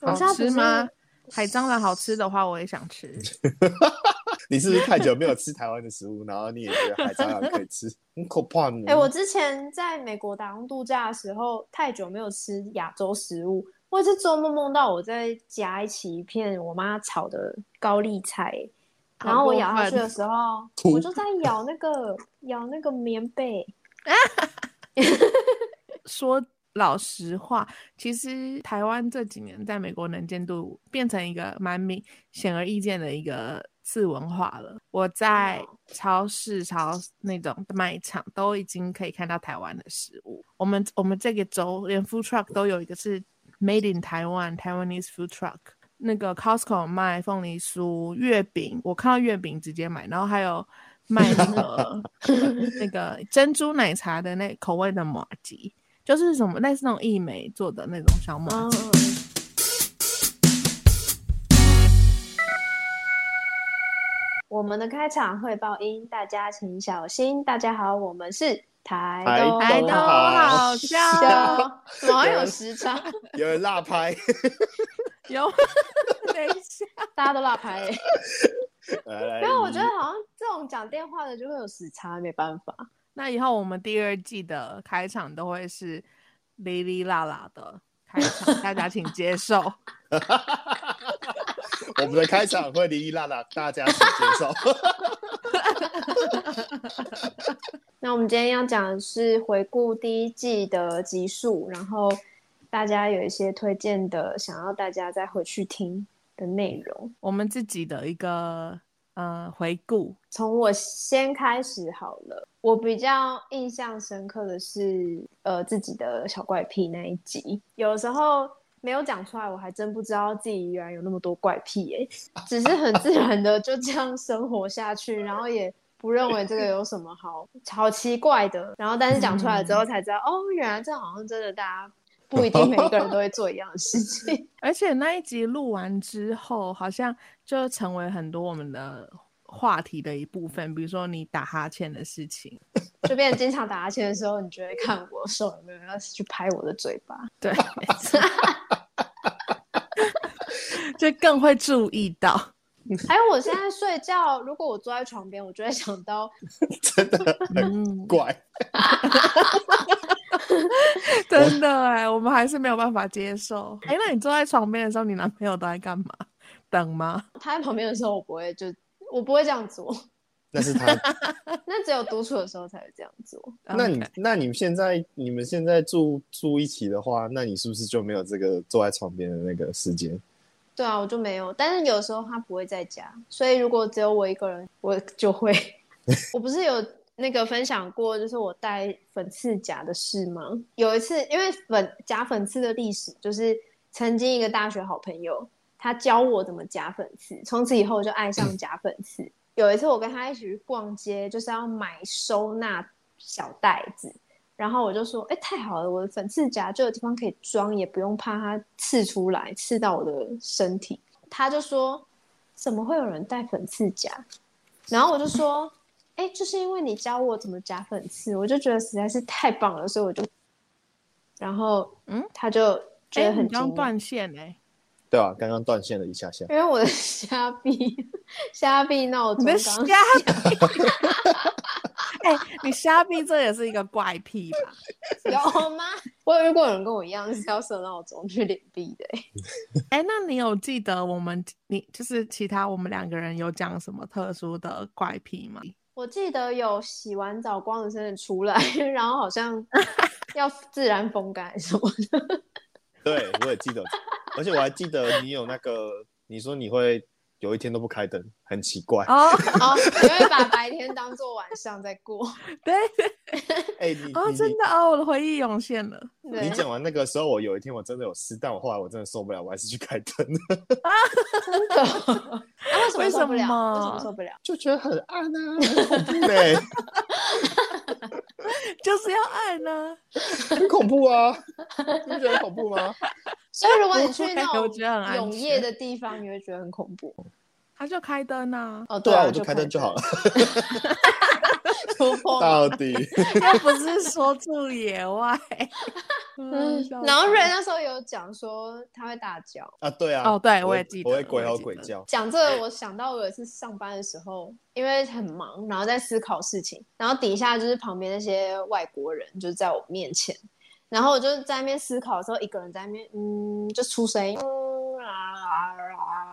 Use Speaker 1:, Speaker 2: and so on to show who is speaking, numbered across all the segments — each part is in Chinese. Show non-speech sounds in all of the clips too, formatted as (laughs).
Speaker 1: 好
Speaker 2: 我现在不
Speaker 1: 吃
Speaker 2: 是
Speaker 1: 吗？海蟑螂好吃的话，我也想
Speaker 2: (laughs)
Speaker 1: 吃。
Speaker 3: 你是不是太久没有吃台湾的食物，然后你也觉得海蟑螂可以吃，很可怕呢？
Speaker 2: 哎、我
Speaker 1: 嗯
Speaker 2: 之前在美国打工度假的时候，太久没有吃亚洲食物，我也是做梦梦到我在夹一起一片我妈炒的高丽菜，
Speaker 1: 好
Speaker 2: 然后我
Speaker 1: 过
Speaker 2: 咬下去
Speaker 1: 分
Speaker 2: 的时候，
Speaker 3: 吐
Speaker 2: 我就在咬那个咬那个棉被，
Speaker 1: 说老实话，其实台湾这几年在美国能见度变成一个蛮明显而易见的一个次文化了。我在
Speaker 2: 哦
Speaker 1: 超市、超那种卖场都已经可以看到台湾的食物。我们我们这个州连 food truck 都有一个是 Made in 台湾 Taiwanese food truck。那个 Costco 卖凤梨酥、月饼，我看到月饼直接买，然后还有卖那个那个珍珠奶茶的那口味的马吉，就是什么类似那种意美做的那种小马
Speaker 2: 嗯
Speaker 1: 吉。，
Speaker 2: 我们的开场汇报音，大家请小心。大家好，我们是台
Speaker 3: 台
Speaker 2: 东
Speaker 1: 台
Speaker 3: 东
Speaker 1: 东
Speaker 3: 好
Speaker 1: 哎好
Speaker 2: 笑 (laughs)
Speaker 1: 笑，，
Speaker 2: 怎么会有时 (laughs) 差？
Speaker 3: 有人
Speaker 2: (laughs)
Speaker 3: 辣拍，
Speaker 1: (laughs) 有等一下，
Speaker 2: 大家都拉牌、欸。
Speaker 3: 来来
Speaker 2: 没有，我觉得
Speaker 3: 一
Speaker 2: 好像这种讲电话的就会有时差，没办法。
Speaker 1: 那以后我们第二季的开场都会是哩哩啦啦的开场，大家请接受。
Speaker 3: 我们的开场会哩哩啦啦，大家请接受。 (laughs)
Speaker 2: 那我们今天要讲的是回顾第一季的集数，然后大家有一些推荐的，想要大家再回去听的内容。
Speaker 1: 我们自己的一个呃回顾，
Speaker 2: 从我先开始好了，我比较印象深刻的是，呃，自己的小怪癖那一集，有时候没有讲出来，我还真不知道自己原来有那么多怪癖、耶，只是很自然的就这样生活下去，然后也不认为这个有什么好好奇怪的，然后但是讲出来之后才知道，哦，原来这好像真的大家不一定每一个人都会做一样的事情， (laughs)
Speaker 1: 而且那一集录完之后，好像就成为很多我们的话题的一部分，比如说你打哈欠的事情。
Speaker 2: 就变成经常打哈欠的时候，你就会看我手有没有要去拍我的嘴巴。
Speaker 1: 对，没错 (laughs) 就更会注意到。
Speaker 2: (laughs) 还有，我现在睡觉，如果我坐在床边，我就会想到，
Speaker 3: 真的
Speaker 1: 嗯，
Speaker 3: 怪，
Speaker 1: (laughs) 真的哎，我们还是没有办法
Speaker 2: (laughs)
Speaker 1: 接受。哎，那你坐在床边的时候，你男朋友都在干嘛？等吗？
Speaker 2: 他在旁边的时候，我不会就我不会这样做， (laughs)
Speaker 3: 那是他。
Speaker 2: 那只有独处的时候才会这样做。
Speaker 3: 那你
Speaker 1: OK
Speaker 3: 那你们现在你们现在住住一起的话，那你是不是就没有这个坐在床边的那个时间？
Speaker 2: 对啊，我就没有，但是有时候他不会在家，所以如果只有我一个人，我就会。 (laughs) 我不是有那个分享过，就是我戴粉刺夹的事吗？有一次，因为粉夹粉刺的历史，就是曾经一个大学好朋友，他教我怎么夹粉刺，从此以后我就爱上夹粉刺。 (coughs) 有一次我跟他一起去逛街，就是要买收纳小袋子，然后我就说：“哎、太好了，我的粉刺夹就有地方可以装，也不用怕它刺出来，刺到我的身体。”他就说：“怎么会有人带粉刺夹？”然后我就说：“哎、就是因为你教我怎么夹粉刺，我就觉得实在是太棒了，所以我就……然后，嗯
Speaker 1: 嗯，
Speaker 2: 他就觉
Speaker 1: 哎，
Speaker 2: 得
Speaker 1: 你
Speaker 2: 很惊
Speaker 1: 刚
Speaker 2: 讶。
Speaker 1: 断线哎，
Speaker 3: 对啊，刚刚断线了一下 (laughs) 下。
Speaker 2: (laughs) 因为我的虾币虾币闹钟
Speaker 1: 你的
Speaker 2: 刚
Speaker 1: 虾币， (laughs) 哎，你虾币这也是一个怪癖吧？
Speaker 2: 有吗？ (laughs) 我有遇过有人跟我一样是要设闹钟去领币的、欸
Speaker 1: 哎，那你有记得我们你就是其他我们两个人有讲什么特殊的怪癖
Speaker 2: (laughs)
Speaker 1: 吗？
Speaker 2: 我记得有洗完澡光着身子出来， (laughs) 然后好像要自然风干还是什么
Speaker 1: (laughs)
Speaker 2: 的。
Speaker 3: 对，我也记得，而且我还记得你有那个，你说你会有一天都不开灯，很奇怪。
Speaker 1: 哦，
Speaker 2: 哦，因为把白天当做晚上在
Speaker 1: (laughs)
Speaker 2: 过。
Speaker 1: 对，
Speaker 3: 哎、你
Speaker 1: 哦，
Speaker 3: 你
Speaker 1: 真的哦，我的回忆涌现了。
Speaker 3: 你
Speaker 2: 对，啊
Speaker 3: 讲完那个时候，我有一天我真的有湿，但我后来我真的受不了，我还是去开灯，
Speaker 2: 真的。啊为什么受不了？
Speaker 1: 为什么
Speaker 2: 为什么受
Speaker 1: (laughs)
Speaker 2: 不了？
Speaker 3: 就觉得很暗啊，很恐 (laughs) 怖嘞、
Speaker 1: 就是要爱呢。
Speaker 3: 很恐怖啊，你不觉得很恐怖吗？
Speaker 2: 所以如果你
Speaker 1: 不
Speaker 2: 去
Speaker 1: 会
Speaker 2: 那
Speaker 1: 我觉得很安
Speaker 2: 种永夜
Speaker 1: 全
Speaker 2: 的地方，你会觉得很恐怖。
Speaker 1: 他就开灯啊， (laughs)
Speaker 2: 哦，
Speaker 3: 对
Speaker 2: 啊，
Speaker 3: 啊，我就开灯就好了。
Speaker 2: 突破盲
Speaker 3: 到 (laughs) 底
Speaker 1: 又不是说住野外。
Speaker 2: 嗯，
Speaker 1: 笑
Speaker 2: 然后
Speaker 1: 死
Speaker 2: 瑞那时候有讲说他会大叫，
Speaker 3: 啊，对啊，
Speaker 1: 哦，对，
Speaker 3: 我
Speaker 1: 我也记得，
Speaker 3: 我会鬼吼
Speaker 1: 我也记
Speaker 3: 鬼
Speaker 1: 得。
Speaker 3: 叫，
Speaker 2: 讲这个我想到我有一次上班的时候，因为很忙，然后在思考事情，然后底下就是旁边那些外国人就是在我面前，然后我就在那边思考的时候，一个人在那边嗯 (laughs) 就出声音，嗯啊啊啊啊啊啊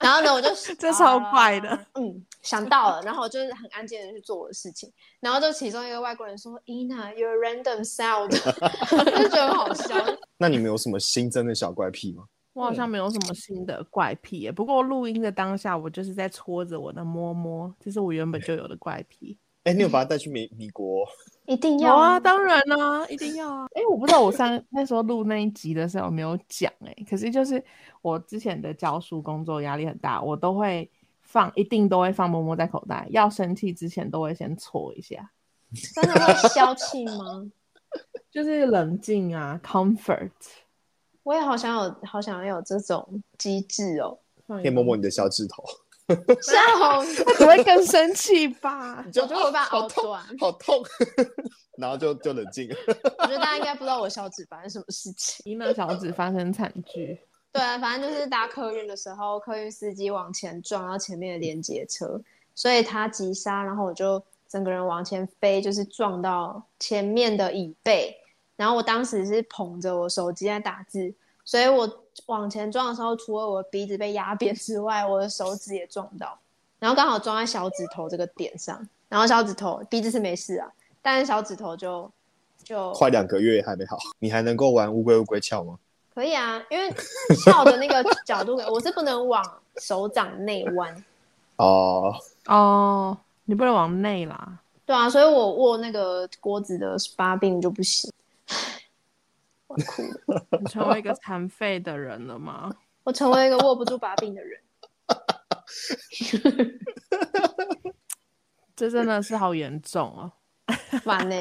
Speaker 2: 然后呢我就
Speaker 1: 这超快的，
Speaker 2: 嗯想到了，然后我就是很安静的去做我的事情，然后就其中一个外国人说 Ina your random sound，就觉得很好笑，
Speaker 3: 那你们有什么新增的小怪癖吗？
Speaker 1: 我好像没有什么新的怪癖耶，不过录音的当下，我就是在搓着我的摸摸，这是我原本就有的怪 (laughs) 癖。
Speaker 3: 哎、你有把他带去美米国？
Speaker 2: 一定
Speaker 1: 有
Speaker 2: 要
Speaker 1: 啊，当然啦、一定要 (laughs) 啊。哎、我不知道我上那时候录那一集的时候有没有讲哎、可是就是我之前的教书工作压力很大，我都会放，一定都会放摸摸在口袋，要生气之前都会先搓一下，
Speaker 2: 真的会消气吗？
Speaker 1: 就是冷静啊，comfort。
Speaker 2: 我也好想有，好想有这种机制
Speaker 3: (laughs)
Speaker 2: 哦！
Speaker 1: 放一
Speaker 3: 可以摸摸
Speaker 1: 个，
Speaker 3: 你的小指头，
Speaker 2: 笑死，
Speaker 1: 那只会更生气吧？
Speaker 3: 嗯
Speaker 2: 我觉得我把它
Speaker 3: 好
Speaker 2: 熬
Speaker 3: 痛，
Speaker 2: 断。
Speaker 3: 好痛， (laughs) 然后就就冷静了。
Speaker 2: 我觉得大家应该不知道我小指发生什么事情。
Speaker 1: 伊娜小指发生惨剧，
Speaker 2: 对啊，反正就是搭客运的时候，客运司机往前撞，然后前面的连接车，所以他急刹，然后我就整个人往前飞，就是撞到前面的椅背。然后我当时是捧着我手机在打字，所以我往前撞的时候，除了我的鼻子被压扁之外，我的手指也撞到，然后刚好撞在小指头这个点上，然后小指头鼻子是没事啊，但是小指头就就
Speaker 3: 快两个月还没好，你还能够玩乌龟乌龟壳吗？
Speaker 2: 可以啊，因为翘的那个角度，我是不能往手掌内弯。
Speaker 3: 哦，
Speaker 1: 哦，你不能往内啦。
Speaker 2: 对啊，所以我握那个锅子的把柄就不行。我哭了，
Speaker 1: 你成为一个残废的人了吗？
Speaker 2: 我成为一个握不住把柄的人。
Speaker 1: 这真的是好严重哦。
Speaker 2: 完呢、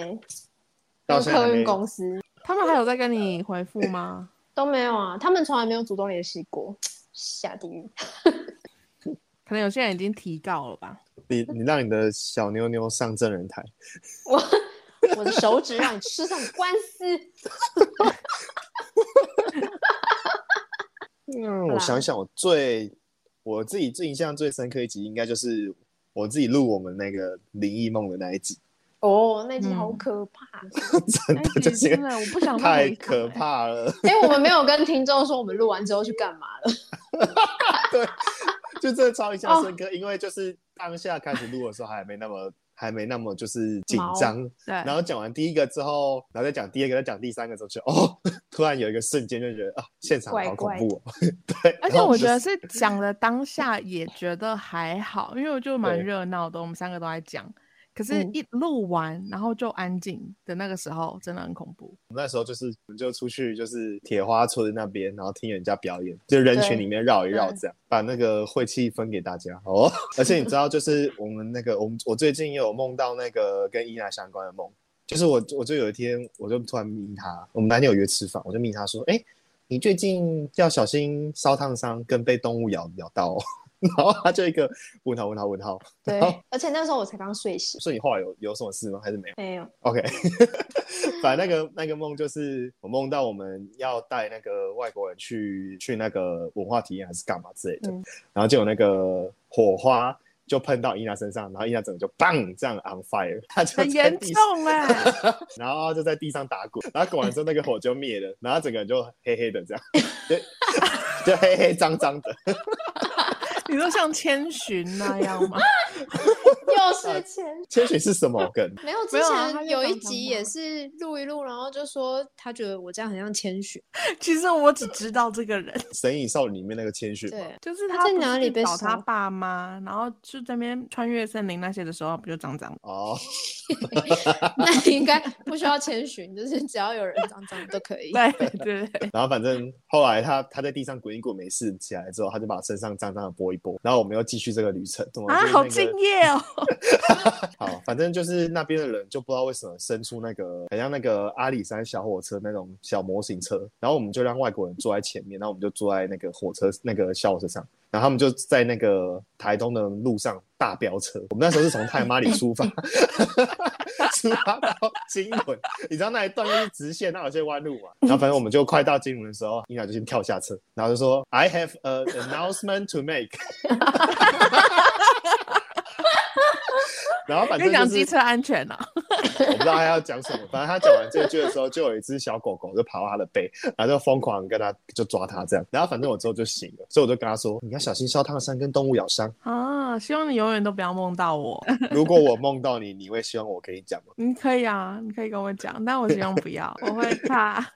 Speaker 3: (laughs)
Speaker 2: 欸
Speaker 3: 到
Speaker 2: 跟
Speaker 3: 现在还
Speaker 2: 客
Speaker 3: 没
Speaker 2: 运公司
Speaker 1: 他们还有在跟你回复吗？
Speaker 2: 都没有啊，他们从来没有主动联系过。下地狱，
Speaker 1: 可能有些人已经提告了吧。
Speaker 3: 你你让你的小妞妞上真人台，
Speaker 2: 我我的手指让你吃上官司。
Speaker 3: 嗯，
Speaker 1: 嗯
Speaker 2: 好
Speaker 3: 我
Speaker 2: 啦
Speaker 1: 啊
Speaker 3: 想想，我最我自己最印象最深刻一集，应该就是我自己录我们那个灵异梦的那一集，
Speaker 2: 哦，那集好可怕！
Speaker 3: 真的
Speaker 1: 哎
Speaker 3: (laughs)
Speaker 1: 其实
Speaker 3: 就是
Speaker 1: 真的，我不想再
Speaker 3: 太
Speaker 1: 回想
Speaker 3: 可
Speaker 1: 哎。
Speaker 3: 怕了， (laughs)
Speaker 2: 因为我们没有跟听众说我们录完之后去干嘛了。
Speaker 3: 对，就真的超印象
Speaker 1: 哦
Speaker 3: 深刻，因为就是当下开始录的时候还没那么还没那么就是紧张，然
Speaker 1: 对，
Speaker 3: 后讲完第一个之后，然后再讲第二个，再讲第三个之后就，哦， (laughs) 突然有一个瞬间就觉得啊，现场好恐怖、哦，对，
Speaker 1: 而且
Speaker 3: 然后
Speaker 1: 我
Speaker 3: 就
Speaker 1: 觉得
Speaker 3: 是
Speaker 1: 是讲的当下也觉得还好，因为我就蛮
Speaker 3: 对
Speaker 1: 热闹的，我们三个都在讲。可是，
Speaker 2: 嗯
Speaker 1: 一录完、然后就安静的那个时候，真的很恐怖。
Speaker 3: 我们那时候就是我们就出去就是铁花村那边，然后听人家表演，就人群里面绕一绕，这样把那个晦气分给大家哦。 (laughs) 而且你知道，就是我们那个我们我最近也有梦到那个跟伊娜相关的梦，就是我我就有一天我就突然密她，我们那天有约吃饭，我就密她说，哎、你最近要小心烧烫伤跟被动物咬咬到哦。 (laughs) 然后她就一个问号问号问号，
Speaker 2: 对
Speaker 3: 好，
Speaker 2: 而且那时候我才刚睡醒，
Speaker 3: 所以你后来有有什么事吗？还是没有？
Speaker 2: 没有。
Speaker 3: OK，反正那个那个梦就是我梦到我们要带那个外国人去去那个文化体验还是干嘛之类的，
Speaker 2: 嗯
Speaker 3: 然后就有那个火花就碰到伊娜身上，然后伊娜整个就 bang 这样 on fire，她就
Speaker 1: 很
Speaker 3: 在
Speaker 1: 严
Speaker 3: 地
Speaker 1: 重哎、
Speaker 3: 然后就在地上打滚，然后滚完之后那个火就灭了，然后整个人就黑黑的这样，就就黑黑脏脏的，
Speaker 1: 你说像千寻 (laughs) 那样吗？
Speaker 2: 又是钱。
Speaker 3: 千寻是什么梗？
Speaker 2: 没有，之
Speaker 1: 没有啊他
Speaker 2: 前
Speaker 1: 就
Speaker 2: 有一
Speaker 1: 长长
Speaker 2: 集
Speaker 1: 的
Speaker 2: 也是录一录，然后就说他觉得我这样很像千寻，
Speaker 1: 其实我只知道这个人，
Speaker 3: 《神隐少女》里面那个千寻吗，
Speaker 2: 对，
Speaker 1: 就是
Speaker 2: 他
Speaker 1: 他
Speaker 2: 在
Speaker 1: 不是
Speaker 2: 哪里
Speaker 1: 去
Speaker 2: 被
Speaker 1: 找他
Speaker 2: 烧
Speaker 1: 爸妈，然后就在那边穿越森林那些的时候，不就长长的？
Speaker 3: 哦，
Speaker 2: (laughs) 那你应该不需要千寻，就是只要有人长长都可以。
Speaker 1: (laughs) 对对啊对，
Speaker 3: 然后反正后来他他在地上滚一滚没事，起来之后他就把身上脏脏的拨一拨，然后我们又继续这个旅程。
Speaker 1: 啊，好敬
Speaker 3: 近，
Speaker 1: 业哦！
Speaker 3: 好，反正就是那边的人就不知道为什么生出那个很像那个阿里山小火车那种小模型车，然后我们就让外国人坐在前面，然后我们就坐在那个火车那个小火车上，然后他们就在那个台东的路上大飙车。我们那时候是从太妈里出
Speaker 1: (laughs)
Speaker 3: 发，出发到金轮，你知道那一段就是直线，那有些弯路嘛。
Speaker 1: 嗯
Speaker 3: 然后反正我们就快到金轮的时候，英雅就先跳下车，然后就说 I have a announcement
Speaker 1: (laughs)
Speaker 3: to make。然后 (laughs) 反正
Speaker 1: 跟讲
Speaker 3: 就是
Speaker 1: 机车安全啊，
Speaker 3: 我不知道他要讲什么，反正他讲完这句的时候，就有一只小狗狗就爬到他的背，然后就疯狂跟他就抓他这样。然后反正我之后就醒了，所以我就跟他说：“你要小心烧烫伤跟动物咬伤。
Speaker 1: 啊，希望你永远都不要梦到我。
Speaker 3: 如果我梦到你，你会希望我跟你讲吗
Speaker 1: (laughs) 你可以啊，你可以跟我讲，但我希望不
Speaker 3: (laughs)
Speaker 1: 要，我会怕。 (laughs)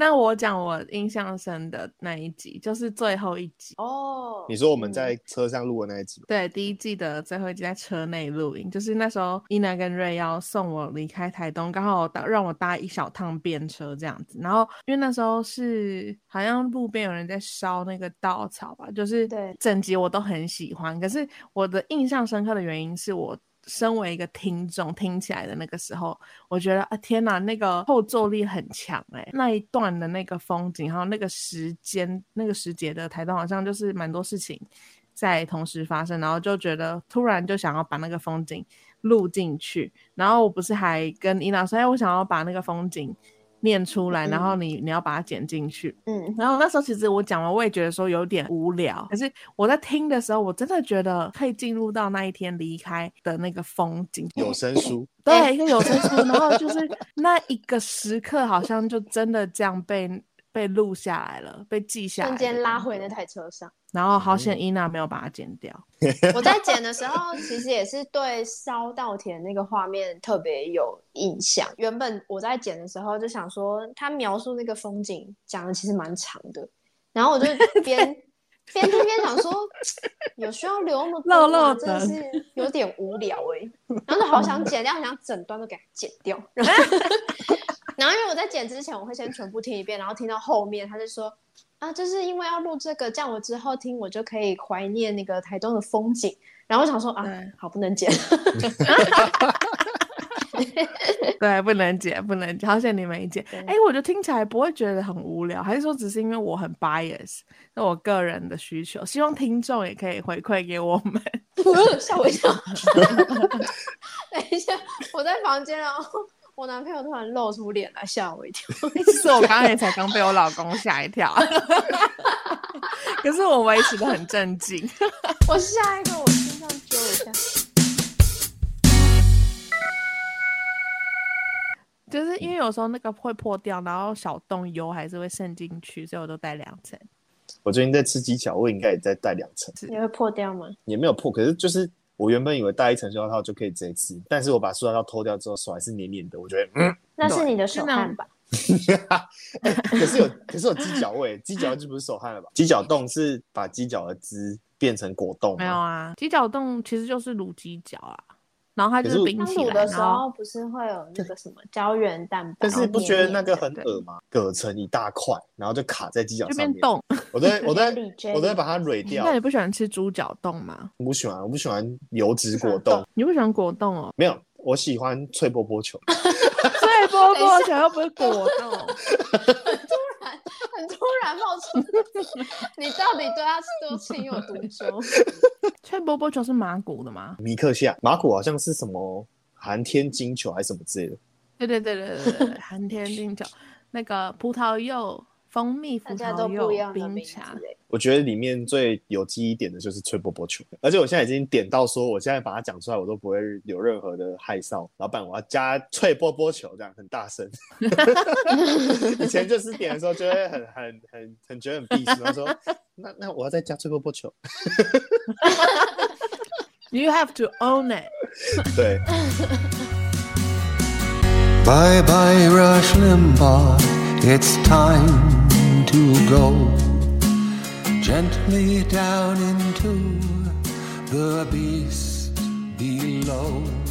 Speaker 1: 那我讲我印象深的那一集，就是最后一集，
Speaker 2: 哦？”，
Speaker 3: 你说我们在车上录的那一集吗，
Speaker 1: 对，第一季的最后一集在车内录影，就是那时候伊娜跟瑞要送我离开台东，刚好搭让我搭一小趟便车这样子。然后因为那时候是好像路边有人在烧那个稻草吧，就是
Speaker 2: 对
Speaker 1: 整集我都很喜欢。可是我的印象深刻的原因是我。身为一个听众，听起来的那个时候，我觉得啊，天哪，那个后坐力很强哎、那一段的那个风景，还有那个时间，那个时节的台东好像就是蛮多事情在同时发生，然后就觉得突然就想要把那个风景录进去，然后我不是还跟伊娜说，哎，我想要把那个风景念出来，
Speaker 2: 嗯
Speaker 1: 然后你你要把它剪进去，
Speaker 2: 嗯，
Speaker 1: 然后那时候其实我讲完，我也觉得说有点无聊，可是我在听的时候，我真的觉得可以进入到那一天离开的那个风景，
Speaker 3: 有声书，
Speaker 1: 对，一个有声书，然后就是那一个时刻，好像就真的这样被被录下来了，被记下来，
Speaker 2: 瞬间拉回那，台车上。
Speaker 1: 然后好险伊娜没有把它剪掉，
Speaker 2: 我在剪的时候，其实也是对烧稻田那个画面特别有印象。原本我在剪的时候就想说，他描述那个风景讲的其实蛮长的，然
Speaker 1: (laughs)
Speaker 2: 后我就边边听边想说，有需要留那么多吗
Speaker 1: 漏漏
Speaker 2: 真的
Speaker 1: 的
Speaker 2: 是有点无聊哎、然后就好想剪掉，好想整段都给它剪掉。 (laughs) 然后然后因为我在剪之前，我会先全部听一遍，然后听到后面，他就说。啊，就是因为要录这个，这样我之后听我就可以怀念那个台东的风景。然后我想说啊
Speaker 1: 对，
Speaker 2: 好不能剪， (laughs)
Speaker 1: 对，不能剪，不能剪，好险你没剪。
Speaker 2: 对
Speaker 1: 哎、我就听起来不会觉得很无聊，还是说只是因为我很 bias，那我个人的需求，希望听众也可以回馈给我们。
Speaker 2: 吓我一跳。 (laughs) 等一下，我在房间，然后我男朋友突然露出脸来，吓我一跳。
Speaker 1: 其实我刚刚也才刚被我老公吓一跳，可是我维持的很镇静。
Speaker 2: 我下一个，我身上揪一下。
Speaker 1: 就是因为有时候那个会破掉，然后小洞油还是会渗进去，所以我都带两层。
Speaker 3: 我最近在吃鸡脚，我应该也在带两层，
Speaker 2: 你会破掉吗？
Speaker 3: 也没有破，可是就是。我原本以为带一层塑料套就可以直接吃，但是我把塑料套脱掉之后，手还是黏黏的。我觉得，嗯，
Speaker 2: 那是你的手
Speaker 1: 是那种
Speaker 2: 汗吧？
Speaker 3: 哎 (laughs) 可是有，可是有鸡脚味，鸡脚就不是手汗了吧？鸡脚冻是把鸡脚的汁变成果冻吗，
Speaker 1: 没有啊，鸡脚洞其实就是卤鸡脚啊，然后它就
Speaker 3: 可是
Speaker 1: 是
Speaker 3: 我
Speaker 1: 冰
Speaker 2: 刚
Speaker 1: 起
Speaker 2: 卤
Speaker 1: 来，
Speaker 2: 的时
Speaker 1: 然后
Speaker 2: 候不是会有那个什么胶原蛋白？
Speaker 3: 但是不觉得那个很
Speaker 1: 对
Speaker 3: 恶吗？割成一大块，然后就卡在鸡脚
Speaker 1: 就
Speaker 3: 上
Speaker 1: 变
Speaker 3: 面。
Speaker 1: 洞。
Speaker 3: 我都会，我都
Speaker 2: 里
Speaker 3: 会，
Speaker 2: jelly
Speaker 3: 我都会把它蕊掉
Speaker 1: 那。你不喜欢吃猪脚冻吗？
Speaker 3: 我不喜欢，我不喜欢油脂
Speaker 2: 不喜欢
Speaker 3: 果冻
Speaker 2: 冻。
Speaker 1: 你不喜欢果冻哦？ (laughs)
Speaker 3: 没有，我喜欢脆波波球。
Speaker 1: 脆波波球又不是 (laughs) 果冻，
Speaker 2: 很突然冒出这个字， (laughs) 你到底对他多情有独钟？
Speaker 1: 脆波波球是麻古的吗？
Speaker 3: 米克夏马古好像是什么寒天金球还是什么之类的。
Speaker 1: 对对对对对对对，寒天冰酒，那个葡萄柚、蜂蜜、葡
Speaker 2: 大家都
Speaker 1: 萄
Speaker 2: 不一
Speaker 1: 柚
Speaker 2: 样的
Speaker 1: 冰
Speaker 2: 名字
Speaker 1: 茶，
Speaker 2: 欸
Speaker 3: 我觉得里面最有记忆点的就是脆波波球，而且我现在已经点到说，我现在把它讲出来，我都不会有任何的害臊。老板，我要加脆波波球，这样很大声。 (laughs) 以前就是点的时候就会很很很很觉得很避世，然后说那那我要再加脆波波球。 (laughs)
Speaker 1: You have to own it。
Speaker 3: 对，
Speaker 4: Bye bye, Rush Limbaugh. It's time to go gently down into the beast below.